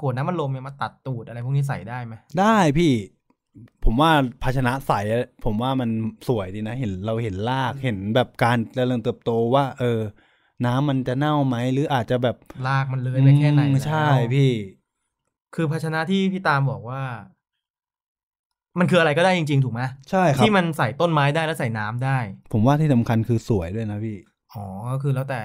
Speaker 3: ขวดน้ำมันลมเนี่ยมาตัดตูดอะไรพวกนี้ใส่ได้ไหม
Speaker 2: ได้พี่ ผมว่าภาชนะใสอะผมว่ามันสวยดีนะเห็นเราเห็นรากเห็นแบบการเจริญเติบโตว่า เออ น้ำมันจะเน่าไหมหรืออาจจะแบบ
Speaker 3: ลากมันเลยไปแค่ไหน
Speaker 2: อืมใช่
Speaker 3: แล้ว
Speaker 2: พี่
Speaker 3: คือภาชนะที่พี่ตามบอกว่า มันคืออะไรก็ได้จริง ๆ ถูกไหม
Speaker 2: ใช่ครับ
Speaker 3: ที่มันใส่ต้นไม้ได้แล้วใส่น้ำได้
Speaker 2: ผมว่าที่สำคัญคือสวยด้วยนะพี่
Speaker 3: อ๋อก็คือ แล้วแต่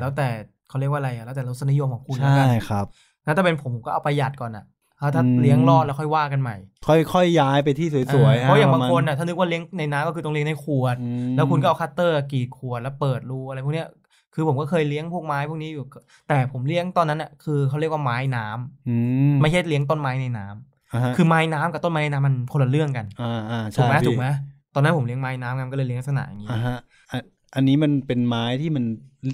Speaker 3: แล้วแต่เขาเรียกว่าอะไรอะแล้วแต่รสนิยมของคุณแล้ว
Speaker 2: ใช่
Speaker 3: กัน
Speaker 2: ครับ
Speaker 3: นะถ้าเป็นผมผมก็เอาประหยัดก่อนอะ ถ้าถ้า
Speaker 2: อืม
Speaker 3: เลี้ยงรอดแล้วค่อยว่ากันใหม่
Speaker 2: ค่อยๆย้ายไปที่สวยๆ
Speaker 3: เออเพราะอย่างบาง
Speaker 2: ปมณ
Speaker 3: คนอ่ะถ้านึกว่าเลี้ยงในน้ำก็คือต้องเลี้ยงในขวด
Speaker 2: อืม
Speaker 3: แล้วคุณก็เอาคัตเตอร์กรีดขวดแล้วเปิดรูอะไรพวกเนี้ยคือผมก็เคยเลี้ยงพวกไม้พวกนี้อยู่ แต่ผมเลี้ยงตอนนั้นอ่ะคือเขาเรียกว่าไม้น้ำ
Speaker 2: อืม
Speaker 3: ไม่ใช่เลี้ยงต้นไม้ในน้ำ
Speaker 2: าฮะ
Speaker 3: คือไม้น้ำกับต้นไม้ในน้ำมันคนละเรื่องกัน
Speaker 2: อ่าอ่าใช่
Speaker 3: ถูกไหม
Speaker 2: พี่
Speaker 3: ถูกไหมตอนนั้นผมเลี้ยงไม้น้ำกันก็เลยเลี้ยงลักษณะอย่างนี้
Speaker 2: อ่าฮะอ่ะอันนี้มันเป็นไม้ที่มัน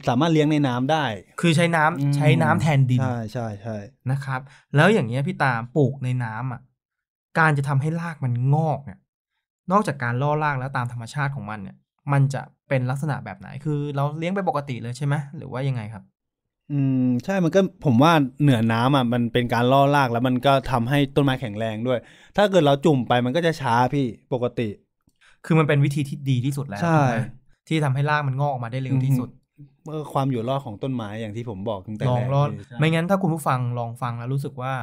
Speaker 2: สามารถเลี้ยงในน้ำได้
Speaker 3: คือใช้น้ำ
Speaker 2: อืม
Speaker 3: ใช้น้ำแทนดิน
Speaker 2: ใช่ใช่ใช่
Speaker 3: นะครับ แล้วอย่างเงี้ยพี่ตามปลูกในน้ำอ่ะการจะทำให้รากมันงอกเนี่ยนอกจากการล่อรากแล้วตามธรรมชาติของมันเนี่ยมันจะเป็นลักษณะแบบไหนคือเราเลี้ยงไปปกติเลยใช่ไหมหรือว่ายังไงครับ
Speaker 2: อืมใช่มันก็ผมว่าเหนือน้ำอ่ะมันเป็นการล่อรากแล้วมันก็ทำให้ต้นไม้แข็งแรงด้วย ถ้าเกิดเราจุ่มไปมันก็จะช้าพี่ปกติ
Speaker 3: คือมันเป็นวิธีที่ดีที่สุดแล้ว
Speaker 2: ใช่
Speaker 3: ถูกไหมที่ทำให้รากมันงอกออกมาได้เร็วที่สุด
Speaker 2: เมื่อความอยู่รอดของต้นไม้อย่างที่ผมบอกตั้งแต่
Speaker 3: ลอง
Speaker 2: แรก
Speaker 3: รอด
Speaker 2: เลยใช่
Speaker 3: ไม่งั้นถ้าคุณผู้ฟังลองฟังแล้วรู้สึกว่า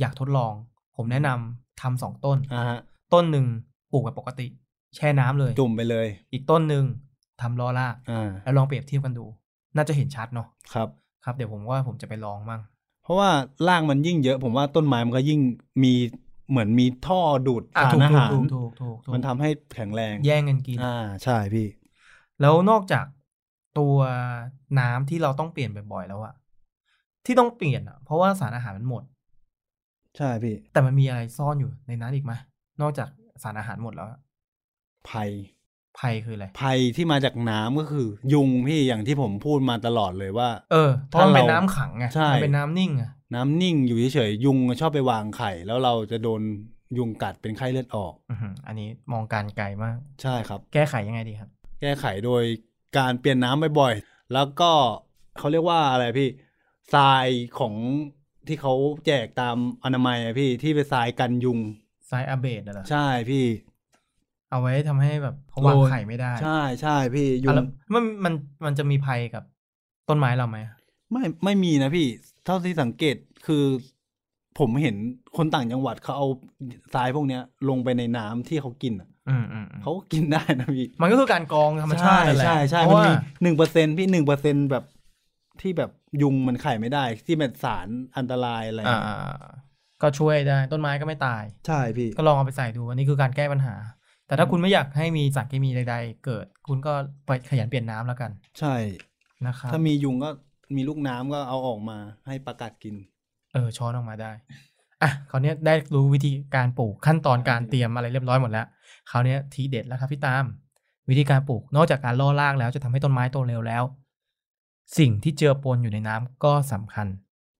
Speaker 3: อยากทดลอง ผมแนะนำทำสองต้น
Speaker 2: อ่าฮะ
Speaker 3: ต้นหนึ่งปลูกแบบปกติ แช่น้ำเลย
Speaker 2: จุ่มไปเลย
Speaker 3: อีกต้นหนึ่งทำล่อราก
Speaker 2: อ่า
Speaker 3: แล้วลองเปรียบเทียบกันดู น่าจะเห็นชัดเนาะ
Speaker 2: ครับ
Speaker 3: ครับเดี๋ยวผมว่าผมจะไปลองมั่ง
Speaker 2: เพราะว่ารากมันยิ่งเยอะ ผมว่าต้นไม้มันก็ยิ่งมีเหมือนมีท่อดูด
Speaker 3: อ่ะ
Speaker 2: สาร
Speaker 3: ถูก
Speaker 2: อาหาร
Speaker 3: ถูกถูกถูกถูก
Speaker 2: มันทำให้แข็งแรง
Speaker 3: แย่งกันกิน
Speaker 2: อ่าใช่พี่
Speaker 3: แล้วนอกจากตัวน้ำที่เราต้องเปลี่ยนบ่อยๆแล้วอะที่ต้องเปลี่ยนอะเพราะว่าสารอาหารมันหมด
Speaker 2: ใช่พี่
Speaker 3: แต่มันมีอะไรซ่อนอยู่ในนั้นอีกไหมนอกจากสารอาหารหมดแล้วอะ
Speaker 2: ภัย
Speaker 3: ภัยคืออะไร
Speaker 2: ภัยที่มาจากน้ำก็คือ ยุงพี่อย่างที่ผมพูดมาตลอดเลยว่า
Speaker 3: เออเพราะมัน
Speaker 2: ถ้าเรา
Speaker 3: เป็นน้ำขังไง
Speaker 2: ใช่
Speaker 3: มันเป็นน้ำนิ่งอะ
Speaker 2: น้ำนิ่งอยู่เฉยๆยุงชอบไปวางไข่ แล้วเราจะโดนยุงกัดเป็นไข้เลือดออก
Speaker 3: อื้อหืออันนี้มองการไกลมาก
Speaker 2: ใช่ครับ
Speaker 3: แก้ไขยังไงดีครับ
Speaker 2: แก้ไขโดยการเปลี่ยนน้ำบ่อยๆ แล้วก็เขาเรียกว่าอะไรพี่ทรายของที่เขาแจกตามอนามัยอะพี่ที่เป็นทรายกันยุง
Speaker 3: ไซอัปเดตเหรอ
Speaker 2: ใช่พี่
Speaker 3: เอาไว้ทำให้แบบเขาวาง
Speaker 2: โรย
Speaker 3: ไข่ไม่ได้
Speaker 2: ใช่ใช่พี่ยุ
Speaker 3: อ่ะ
Speaker 2: ง
Speaker 3: แล้วมันมันมันจะมีภัยกับต้นไม้เราไหม
Speaker 2: ไม่ไม่มีนะพี่ เท่าที่สังเกตคือ ผมเห็นคนต่างจังหวัดเขาเอาทรายพวกเนี้ย ลงไปในน้ำที่เขากินอะ
Speaker 3: อืมอืมอืม
Speaker 2: เขาก็กินได้นะพี่
Speaker 3: มันก็คือการกรองธรรมชาตินั่นแหละ
Speaker 2: ใช่ใช่
Speaker 3: เพ
Speaker 2: มั
Speaker 3: ราะ
Speaker 2: น
Speaker 3: ว่า
Speaker 2: มีหนึ่งเปอร์เซ็นพี่หนึ่งเปอร์เซ็นแบบที่แบบยุงมันไข่ไม่ได้ ที่เป็นสารอันตรายอะไร
Speaker 3: อ่าอ่าอ่าก็ช่วยได้ต้นไม้ก็ไม่ตาย
Speaker 2: ใช่พี่
Speaker 3: ก็ลองเอาไปใส่ดูอันนี้คือการแก้ปัญหา แต่ถ้าคุณไม่อยากให้มีสารเคมีใด ๆ เกิด คุณก็ไปขยันเปลี่ยนน้ำแล้วกัน
Speaker 2: ใช่
Speaker 3: นะครับ
Speaker 2: ถ้ามียุงก็มีลูกน้ำก็เอาออกมาให้ปลากัดกิน
Speaker 3: เออช้อนออกมาได้อ่ะคราวเนี้ยได้รู้วิธีการปลูกขั้นตอนการเตรียมอะไรเรียบร้อยหมดแล้วคราวเนี้ยทีเด็ดแล้วครับพี่ตาม วิธีการปลูกนอกจากการล่อรากแล้วจะทำให้ต้นไม้โตเร็วแล้ว สิ่งที่เจือปนอยู่ในน้ำก็สำคัญ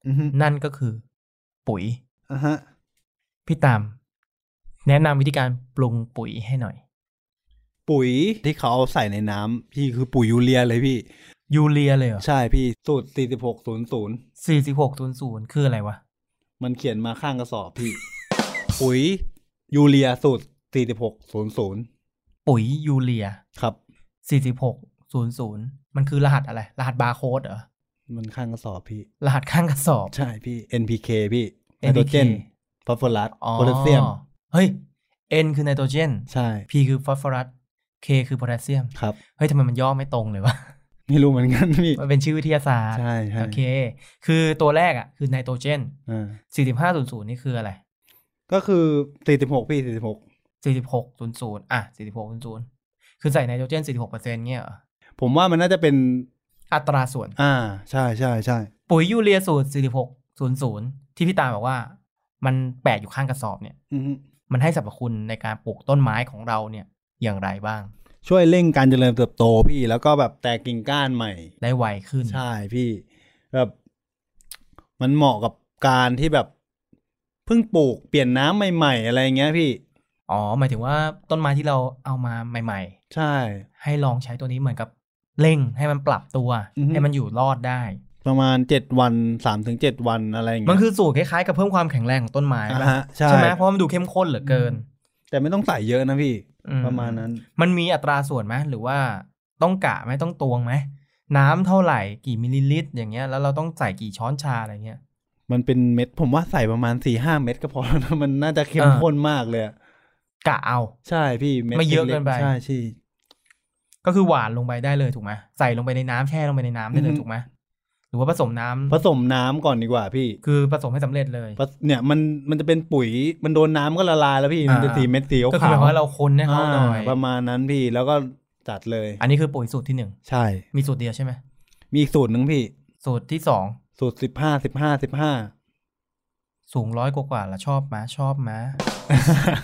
Speaker 2: อือฮึ
Speaker 3: นั่นก็คือ ปุ๋ย
Speaker 2: อ่ะฮะ
Speaker 3: พี่ตาม แนะนำวิธีการปรุงปุ๋ยให้หน่อย
Speaker 2: ปุ๋ยที่เขาเอาใส่ในน้ำพี่คือปุ๋ยยูเรียเลยพี่
Speaker 3: ยูเรียเลยเหรอ
Speaker 2: ใช่พี่สูตร4600
Speaker 3: สี่สิบหกศูนย์ศูนย์คืออะไรวะ
Speaker 2: มันเขียนมาข้างกระสอบพี่ ปุ๋ยยูเรียสูตร4600
Speaker 3: ปุ๋ยยูเรีย
Speaker 2: ครับ
Speaker 3: 4600 มันคือรหัสอะไร รหัสบาร์โค้ดเหรอ
Speaker 2: มันข้างกระสอบพี่
Speaker 3: รหัสข้างกระสอบ
Speaker 2: ใช่พี่ NPK พี่
Speaker 3: NPK
Speaker 2: ไนโตรเจนฟอสฟอรัส
Speaker 3: อ๋อ
Speaker 2: โพแทสเซียม
Speaker 3: เฮ้ย N คือไนโตรเจน
Speaker 2: ใช่
Speaker 3: P คือฟอสฟอรัส K คือโพแทสเซียม
Speaker 2: ครับ
Speaker 3: เฮ้ยทำไมมันย่อไม่ตรงเลยวะ
Speaker 2: ไม่รู้เหมือนกันพี่
Speaker 3: มันเป็นชื่อวิทยาศาสตร์
Speaker 2: ใช่ใช่
Speaker 3: โอเค คือตัวแรกอ่ะ คือไนโตรเจน
Speaker 2: อ่า
Speaker 3: 4500 นี่คืออะไร
Speaker 2: ก็คือ46พี่46
Speaker 3: 4600 อ่ะ 4600 คือใส่ไนโตรเจน 46%เงี้ยเหรอ
Speaker 2: ผมว่ามันน่าจะเป็น
Speaker 3: อัตราส่วน
Speaker 2: อ่า ใช่ใช่ใช่
Speaker 3: ปุ๋ยยูเรียสูตร 4600 ที่พี่ตาบอกว่า มันแปะอยู่ข้างกระสอบเนี่ย
Speaker 2: อือฮึ
Speaker 3: มันให้สรรพคุณในการปลูกต้นไม้ของเราเนี่ยอย่างไรบ้าง
Speaker 2: ช่วยเร่งการเจริญเติบโตพี่ แล้วก็แบบแตกกิ่งก้านใหม่
Speaker 3: ได้ไวขึ้น
Speaker 2: ใช่พี่แบบมันเหมาะกับการที่แบบเพิ่งปลูกเปลี่ยนน้ำใหม่ ๆ อะไรอย่างเงี้ยพี่
Speaker 3: อ๋อ หมายถึงว่าต้นไม้ที่เราเอามาใหม่
Speaker 2: ใช่
Speaker 3: ๆ ให้ลองใช้ตัวนี้เหมือนกับเร่งให้มันปรับตัว
Speaker 2: อือฮึ
Speaker 3: ให้มันอยู่รอดได้
Speaker 2: ประมาณเจ็ดวันสามถึงเจ็ดวันอะไรอย่าง
Speaker 3: มั
Speaker 2: เงี้
Speaker 3: น
Speaker 2: ย
Speaker 3: คือสูตรคล้ายๆ กับเพิ่มความแข็งแรงของต้นไม้
Speaker 2: อ่า
Speaker 3: ปะ
Speaker 2: ฮะใช่
Speaker 3: ไหมเพราะมันดูเข้มข้นเหลือเกิน
Speaker 2: แต่ไม่ต้องใส่เยอะนะพี่
Speaker 3: อื
Speaker 2: ประมาณนั้น
Speaker 3: มันมีอัตราส่วนไหมหรือว่าต้องกะไหมต้องตวงไหมน้ำเท่าไหร่กี่มิลลิลิตร อย่างเงี้ยแล้วเราต้องใส่กี่ช้อนชาอะไรเงี้ย
Speaker 2: มันเป็นเม็ด ผมว่าใส่ประมาณสี่ห้าเม็ดก็พอแล้วนะ มันน่าจะเข้ม
Speaker 3: อ่า
Speaker 2: ข้นมากเลยอะ
Speaker 3: กะเอา
Speaker 2: ใช่พี่เม็ด
Speaker 3: ไม่เยอะ
Speaker 2: ล็
Speaker 3: เกินไป
Speaker 2: ใช่ใช่
Speaker 3: ก็คือหวานลงไปได้เลยถูกไหมใส่ลงไปในน้ำแช่ลงไปในน้ำได้เลยถูกไหมห รือว่าผสมน้ำ
Speaker 2: ผสมน้ำก่อนดีกว่าพี่
Speaker 3: คือผสมให้สำเร็จเลย
Speaker 2: ผสเนี่ยมันมันจะเป็นปุ๋ยมันโดนน้ำก็ละลายแล้วพี่มันเป็น
Speaker 3: อ่า
Speaker 2: สีเม็ดสีขาว
Speaker 3: ก็คือหมายความว่าเราคนให้เขาหน่อย
Speaker 2: อ่าประมาณนั้นพี่แล้วก็จัดเลย
Speaker 3: อันนี้คือปุ๋ยสูตรที่หนึ่ง
Speaker 2: ใช่
Speaker 3: มีสูตรเดียวใช่ไหม
Speaker 2: มีอีกสูตรหนึ่งพี่
Speaker 3: สูตรที่สอง
Speaker 2: สูตรสิบห้าสิบห้าสิบห้า
Speaker 3: สูงร้อยกว่ากว่าละชอบมาชอบ มา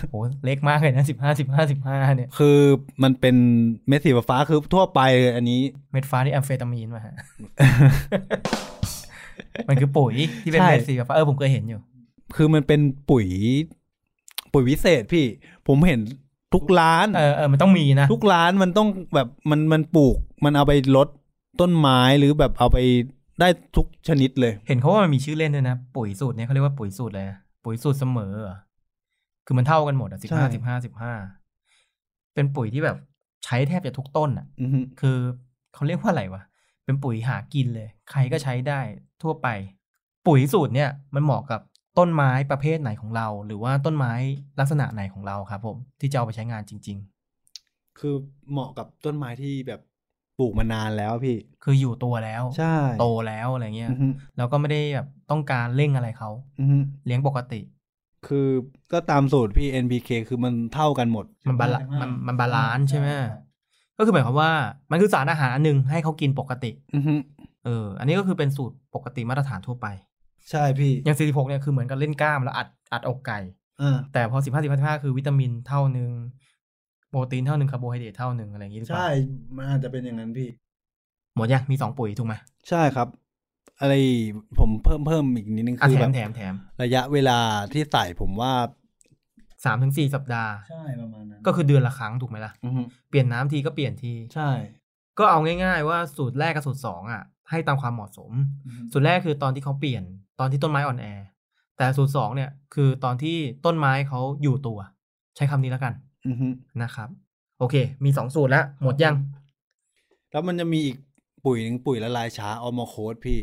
Speaker 3: โหเล็กมากเลยนะสิบห้าสิบห้าสิบห้าเนี่ย
Speaker 2: คือมันเป็นเม็ดสีฟ้าๆคือทั่วไปเลยอันนี้
Speaker 3: เม็ดฟ้านี่แอมเฟตามีนมา ฮะ มันคือปุ๋ยที่เป็น
Speaker 2: ใช่
Speaker 3: เม็ดสีฟ้าเออผมเคยเห็นอยู่
Speaker 2: คือมันเป็นปุ๋ย ปุ๋ยวิเศษพี่ ผมเห็นทุกร้าน
Speaker 3: เออเออมันต้องมีนะ
Speaker 2: ทุกร้านมันต้องแบบมันมันปลูก มันเอาไปลดต้นไม้หรือแบบเอาไปได้ทุกชนิดเลย
Speaker 3: เห็นเขาว่ามันมีชื่อเล่นด้วยนะ ปุ๋ยสูตรเนี่ยเขาเรียกว่าปุ๋ยสูตรเลยนะปุ๋ยสูตรเสมอเหรอคือมันเท่ากันหมดอ่ะสิบ
Speaker 2: ใช่
Speaker 3: ห้าสิบห้าสิบห้าเป็นปุ๋ยที่แบบใช้แทบจะทุกต้นอ่ะ
Speaker 2: อือฮึ
Speaker 3: คือเขาเรียกว่าอะไรวะ เป็นปุ๋ยหากินเลย ใครก็ใช้ได้ทั่วไป ปุ๋ยสูตรเนี่ย มันเหมาะกับต้นไม้ประเภทไหนของเรา หรือว่าต้นไม้ลักษณะไหนของเราครับ ผมที่จะเอาไปใช้งานจริง
Speaker 2: คือเหมาะกับต้นไม้ที่แบบปลูกมานานแล้วพี่
Speaker 3: ๆ คืออยู่ตัวแล้ว
Speaker 2: ใช่
Speaker 3: โตแล้วอะไรเงี้ย
Speaker 2: อือฮึ
Speaker 3: แล้วก็ไม่ได้แบบต้องการเร่งอะไรเขา
Speaker 2: อือฮึ
Speaker 3: เลี้ยงปกติ
Speaker 2: คือก็ตามสูตรพี่ NPK คือมันเท่ากันหมด
Speaker 3: มันบาลามันมันบาลานซ์ใช่ไหมก็คือหมายความว่ามันคือสารอาหารอันหนึ่งให้เขากินปกติ
Speaker 2: อือฮึ
Speaker 3: เออ อันนี้ก็คือเป็นสูตรปกติมาตรฐานทั่วไป
Speaker 2: ใช่พี่
Speaker 3: อย่างสี่สิบหกเนี่ยคือเหมือนกับเล่นกล้ามแล้วอัดอัดอกไก่
Speaker 2: อ่า
Speaker 3: แต่พอสิบห้าสิบห้าคือวิตามินเท่าหนึ่งโปรตีนเท่าหนึ่งคาร์โบไฮเดรตเท่าหนึ่งอะไรอย่างนี้หรือเปล่า
Speaker 2: ใช่มันอาจจะเป็นอย่างนั้นพี่
Speaker 3: หมดยังมีสองปุ๋ยถูกไหม
Speaker 2: ใช่ครับ อะไรผมเพิ่มเพิ่มอีกนิดนึง
Speaker 3: อ่ะ
Speaker 2: คือ
Speaker 3: แถ
Speaker 2: แบ
Speaker 3: ม
Speaker 2: บ
Speaker 3: แถมแถม
Speaker 2: ระยะเวลาที่ใส่ผมว่า
Speaker 3: สามถึงสี่สัปดาห์
Speaker 2: ใช่ประมาณนั้น
Speaker 3: ก็คือเดือนละครั้งถูกไหมล่ะ
Speaker 2: อือฮึ
Speaker 3: เปลี่ยนน้ำทีก็เปลี่ยนที
Speaker 2: ใช่
Speaker 3: ก็เอาง่ายๆว่าสูตรแรกกับสูตรสองอ่ะ ให้ตามความเหมาะสม
Speaker 2: อือฮึ
Speaker 3: สูตรแรกคือตอนที่เขาเปลี่ยนตอนที่ต้นไม้อ่อนแอ แต่สูตรสองเนี่ยคือตอนที่ต้นไม้เขาอยู่ตัว ใช้คำนี้แล้วกัน
Speaker 2: อือฮึ
Speaker 3: นะครับ โอเค มีสองสูตรแล้วหมดยัง
Speaker 2: แล้วมันจะมีอีกปุ๋ยหนึ่งปุ๋ยละลายช้าออมโคดพี่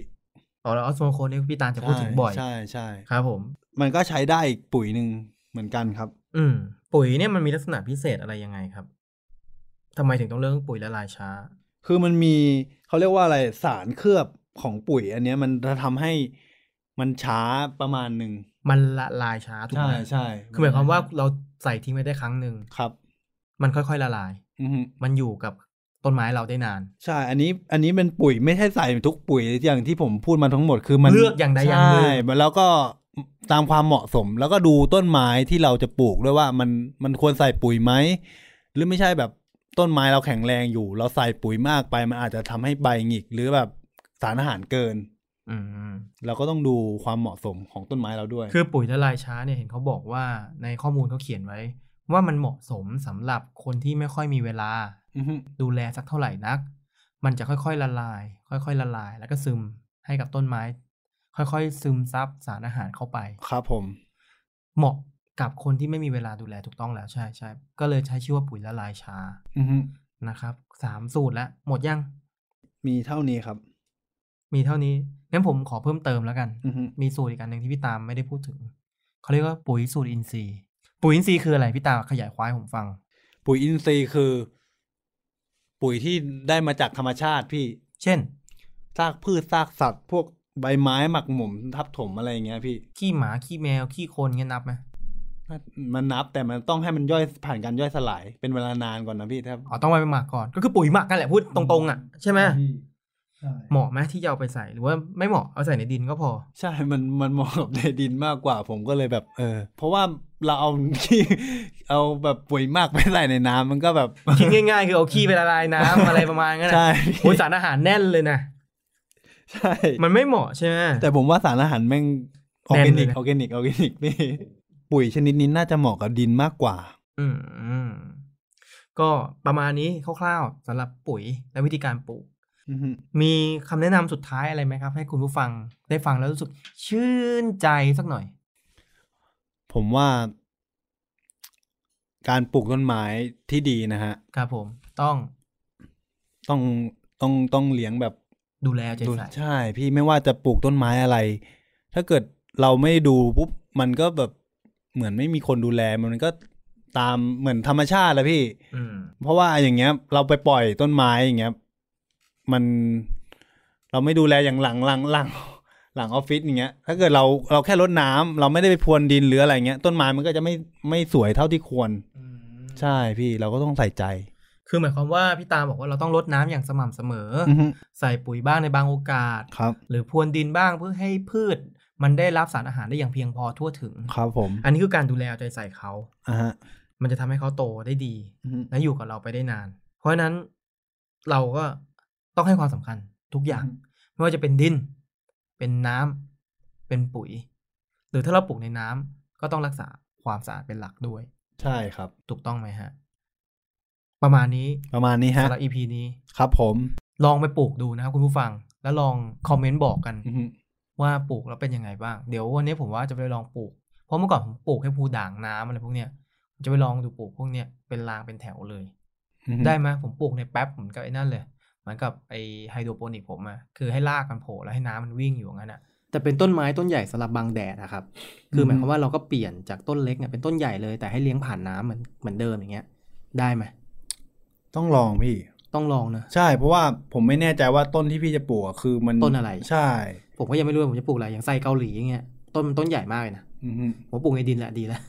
Speaker 3: อ๋อแล้วออสโมโคนี่พี่ตาลจะพูดถึงบ่อย
Speaker 2: ใช่ใช่ใช่
Speaker 3: ครับผม
Speaker 2: มันก็ใช้ได้อีกปุ๋ยหนึ่งเหมือนกันครับ
Speaker 3: อืม ปุ๋ยเนี่ยมันมีลักษณะพิเศษอะไรยังไงครับทำไมถึงต้องเลือกปุ๋ยละลายช้า
Speaker 2: คือมันมีเขาเรียกว่าอะไรสารเคลือบของปุ๋ย อันเนี้ยมันจะทำให้มันช้าประมาณหนึ่ง
Speaker 3: มันละลายช้าถูกไหม
Speaker 2: ใช่
Speaker 3: คือหมายความว่าเราใส่ทิ้งไว้ได้ครั้งหนึ่ง
Speaker 2: ครับ
Speaker 3: มันค่อยๆละลาย
Speaker 2: อือฮึ
Speaker 3: มันอยู่กับต้นไม้เราได้นาน
Speaker 2: ใช่ อันนี้อันนี้เป็นปุ๋ยไม่ใช่ใส่ทุกปุ๋ยอย่างที่ผมพูดมาทั้งหมดคือมัน
Speaker 3: เลือกอย่างใดอย่างหนึ่ง
Speaker 2: ใช่แล้วก็ตามความเหมาะสม แล้วก็ดูต้นไม้ที่เราจะปลูกด้วยว่ามันมันควรใส่ปุ๋ยไหมหรือไม่ใช่แบบต้นไม้เราแข็งแรงอยู่ เราใส่ปุ๋ยมากไป มันอาจจะทำให้ใบหงิก หรือแบบสารอาหารเกิน
Speaker 3: อืม
Speaker 2: เราก็ต้องดูความเหมาะสมของต้นไม้เราด้วย
Speaker 3: คือปุ๋ยละลายช้าเนี่ยเห็นเขาบอกว่าในข้อมูลเขาเขียนไว้ ว่ามันเหมาะสมสำหรับคนที่ไม่ค่อยมีเวลา
Speaker 2: อฮึ
Speaker 3: ดูแลสักเท่าไหร่นัก มันจะค่อยๆละลาย ค่อยๆละลาย แล้วก็ซึมให้กับต้นไม้ ค่อยๆซึมซับสารอาหารเข้าไป
Speaker 2: ครับผม
Speaker 3: เหมาะกับคนที่ไม่มีเวลาดูแลถูกต้องแล้วใช่ใช่ก็เลยใช้ชื่อว่าปุ๋ยละลายช้า
Speaker 2: อือฮึ
Speaker 3: นะครับสามสูตรแล้วหมดยัง
Speaker 2: มีเท่านี้ครับ
Speaker 3: มีเท่านี้งั้นผมขอเพิ่มเติมแล้วกัน
Speaker 2: อือฮึ
Speaker 3: มีสูตรอีกอันหนึ่งที่พี่ตามไม่ได้พูดถึงเขาเรียกว่าปุ๋ยสูตรอินทรีย์ ปุ๋ยอินทรีย์คืออะไรพี่ตามขยายควายผมฟัง
Speaker 2: ปุ๋ยอินทรีย์คือ ปุ๋ยที่ได้มาจากธรรมชาติพี่
Speaker 3: เช่น
Speaker 2: ซากพืชซากสัตว์ พวกใบไม้หมักหมมทับถมอะไรอย่างเงี้ยพี่
Speaker 3: ขี้หมาขี้แมวขี้คนเงี้ยนับไหม
Speaker 2: น่ามันนับแต่มันต้องให้มันย่อยผ่านการย่อยสลาย เป็นเวลานานก่อนนะพี่ถ้า
Speaker 3: อ๋อต้องไปหมักก่อน ก็คือปุ๋ยหมักกันแหละพูดตรงๆอ่ะใช่ไหมเหมาะไหมที่จะเอาไปใส่หรือว่าไม่เหมาะเอาใส่ในดินก็พอ
Speaker 2: ใช่มันมันเหมาะกับในดินมากกว่า ผมก็เลยแบบ เออ เพราะว่าเราเอาขี้ เอาแบบปุ๋ยหมากไปใส่ในน้ำมันก็แบบ
Speaker 3: คิดง่ายๆ คือเอาขี้ไปละลายน้ำ อะไรประมาณนั้น
Speaker 2: ใช่
Speaker 3: นะโอ้ยสารอาหารแน่นเลยนะ
Speaker 2: ใช่
Speaker 3: มันไม่เหมาะใช่ไหม
Speaker 2: แต่ผมว่าสารอาหารแม่งออร์แกนิก
Speaker 3: แน่นเลยนะ
Speaker 2: ออร์แกนิกออร์แกนิกพี่ปุ๋ยชนิดนี้น่าจะเหมาะกับดินมากกว่า
Speaker 3: อืมอืมก็ประมาณนี้คร่าวๆสำหรับปุ๋ยและวิธีการปลูก
Speaker 2: อือฮึ
Speaker 3: มีคำแนะนำสุดท้ายอะไรไหมครับ ให้คุณผู้ฟังได้ฟังแล้วรู้สึกชื่นใจสักหน่อย
Speaker 2: ผมว่า การปลูกต้นไม้ที่ดีนะฮะ
Speaker 3: ครับผม ต้อง
Speaker 2: ต้องต้องต้องเลี้ยงแบบ
Speaker 3: ดูแลเอาใจ
Speaker 2: ดู
Speaker 3: ใส่
Speaker 2: ใช่ พี่ไม่ว่าจะปลูกต้นไม้อะไร ถ้าเกิดเราไม่ดูปุ๊บมันก็แบบเหมือนไม่มีคนดูแลมันก็ตามเหมือนธรรมชาติแหละพี่
Speaker 3: อืม
Speaker 2: เพราะว่าอย่างเงี้ย เราไปปล่อยต้นไม้อย่างเงี้ย มัน เราไม่ดูแลอย่างหลังหลังหลังหลังออฟฟิศอย่างเงี้ย ถ้าเกิดเราเราแค่รดน้ำเราไม่ได้ไปพรวนดินหรืออะไรเงี้ย ต้นไม้มันก็จะไม่ไม่สวยเท่าที่ควร ใช่พี่เราก็ต้องใส่ใจ
Speaker 3: คือหมายความว่าพี่ตามบอกว่าเราต้องรดน้ำอย่างสม่ำเสมออ
Speaker 2: อือฮึ
Speaker 3: ใส่ปุ๋ยบ้างในบางโอกาส
Speaker 2: ครับ
Speaker 3: หรือพรวนดินบ้างเพื่อให้พืช มันได้รับสารอาหารได้อย่างเพียงพอทั่วถึง
Speaker 2: ครับผม
Speaker 3: อันนี้คือการดูแลเอาใจใส่เขา
Speaker 2: อ่าฮะ
Speaker 3: มันจะทำให้เขาโตได้ดี
Speaker 2: อือฮึ
Speaker 3: และอยู่กับเราไปได้นาน เพราะฉะนั้นเราก็ต้องให้ความสำคัญทุกอย่าง ไม่ว่าจะเป็นดิน เป็นน้ำ เป็นปุ๋ย หรือถ้าเราปลูกในน้ำก็ต้องรักษาความสะอาดเป็นหลักด้วย
Speaker 2: ใช่ครับ
Speaker 3: ถูกต้องไหมฮะ ประมาณนี้
Speaker 2: ประมาณนี้ฮะ
Speaker 3: สำหรับ EP นี้
Speaker 2: ครับผม
Speaker 3: ลองไปปลูกดูนะครับคุณผู้ฟัง แล้วลองคอมเมนต์บอกกัน
Speaker 2: อือฮึ
Speaker 3: ว่าปลูกแล้วเป็นยังไงบ้าง เดี๋ยววันนี้ผมว่าจะไปลองปลูก เพราะเมื่อก่อนผมปลูกแค่ภูด่างน้ำอะไรพวกเนี้ยผมจะไปลองดูปลูกพวกเนี้ยเป็นรางเป็นแถวเลย
Speaker 2: อือฮึ
Speaker 3: ได้ไหมผมปลูกในแป๊บเหมือนกับไอ้นั่นเลย เหมือนกับไอไฮโดรโปนิกผมอะคือให้รากมันโผล่แล้วให้น้ำมันวิ่งอยู่อย่างนั้นอะแต่เป็นต้นไม้ต้นใหญ่สำหรับบังแดดนะครับ คือหมายความว่าเราก็เปลี่ยนจากต้นเล็กเนี่ยเป็นต้นใหญ่เลยแต่ให้เลี้ยงผ่านน้ำเหมือนเหมือนเดิมอย่างเงี้ย ได้ไหม
Speaker 2: ต้องลองพี่
Speaker 3: ต้องลองนะ
Speaker 2: ใช่ เพราะว่าผมไม่แน่ใจว่าต้นที่พี่จะปลูกอะคือมัน
Speaker 3: ต้นอะไร
Speaker 2: ใช่
Speaker 3: ผมก็ยังไม่รู้ว่าผมจะปลูกอะไรอย่างไซเกาหลีอย่างเงี้ยต้นมันต้นใหญ่มากเลยนะ
Speaker 2: อือฮึ
Speaker 3: ผมปลูกในดินแหละดีแล้ว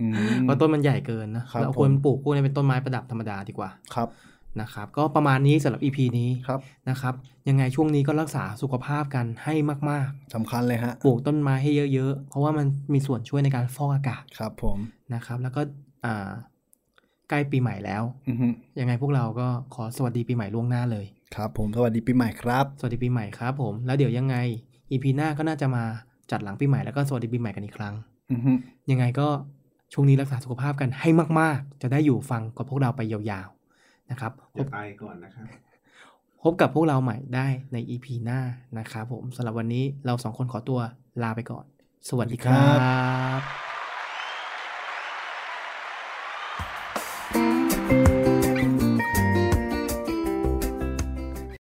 Speaker 2: อืม
Speaker 3: เพราะต้นมันใหญ่เกินนะครับ เรา
Speaker 2: ผม
Speaker 3: ควรปลูกพวกนี้เป็นต้นไม้ประดับธรรมดาดีกว่า
Speaker 2: ครับ
Speaker 3: นะครับ ก็ประมาณนี้สำหรับ EP นี้
Speaker 2: ครับ
Speaker 3: นะครับ ยังไงช่วงนี้ก็รักษาสุขภาพกันให้มาก
Speaker 2: สำคัญเลยฮะ
Speaker 3: ๆ ปลูกต้นไม้ให้เยอะๆ เพราะว่ามันมีส่วนช่วยในการฟอกอากาศ
Speaker 2: ครับผม
Speaker 3: นะครับ แล้วก็อ่าใกล้ปีใหม่แล้ว
Speaker 2: อือฮึ
Speaker 3: ยังไงพวกเราก็ขอสวัสดีปีใหม่ล่วงหน้าเลย
Speaker 2: ครับผม สวัสดีปีใหม่ครับ
Speaker 3: สวัสดีปีใหม่ครับผม แล้วเดี๋ยวยังไง EP หน้าก็น่าจะมาจัดหลังปีใหม่แล้วก็สวัสดีปีใหม่กันอีกครั้ง
Speaker 2: อือฮึ
Speaker 3: ยังไงก็ช่วงนี้รักษาสุขภาพกันให้มาก ๆ จะได้อยู่ฟังกับพวกเราไปยาวๆนะครับ
Speaker 4: จะไปก่อนนะครับ
Speaker 3: พบกับพวกเราใหม่ได้ใน EP หน้านะครับผมสำหรับวันนี้เราสองคนขอตัวลาไปก่อน สวัสดีครับ
Speaker 2: บ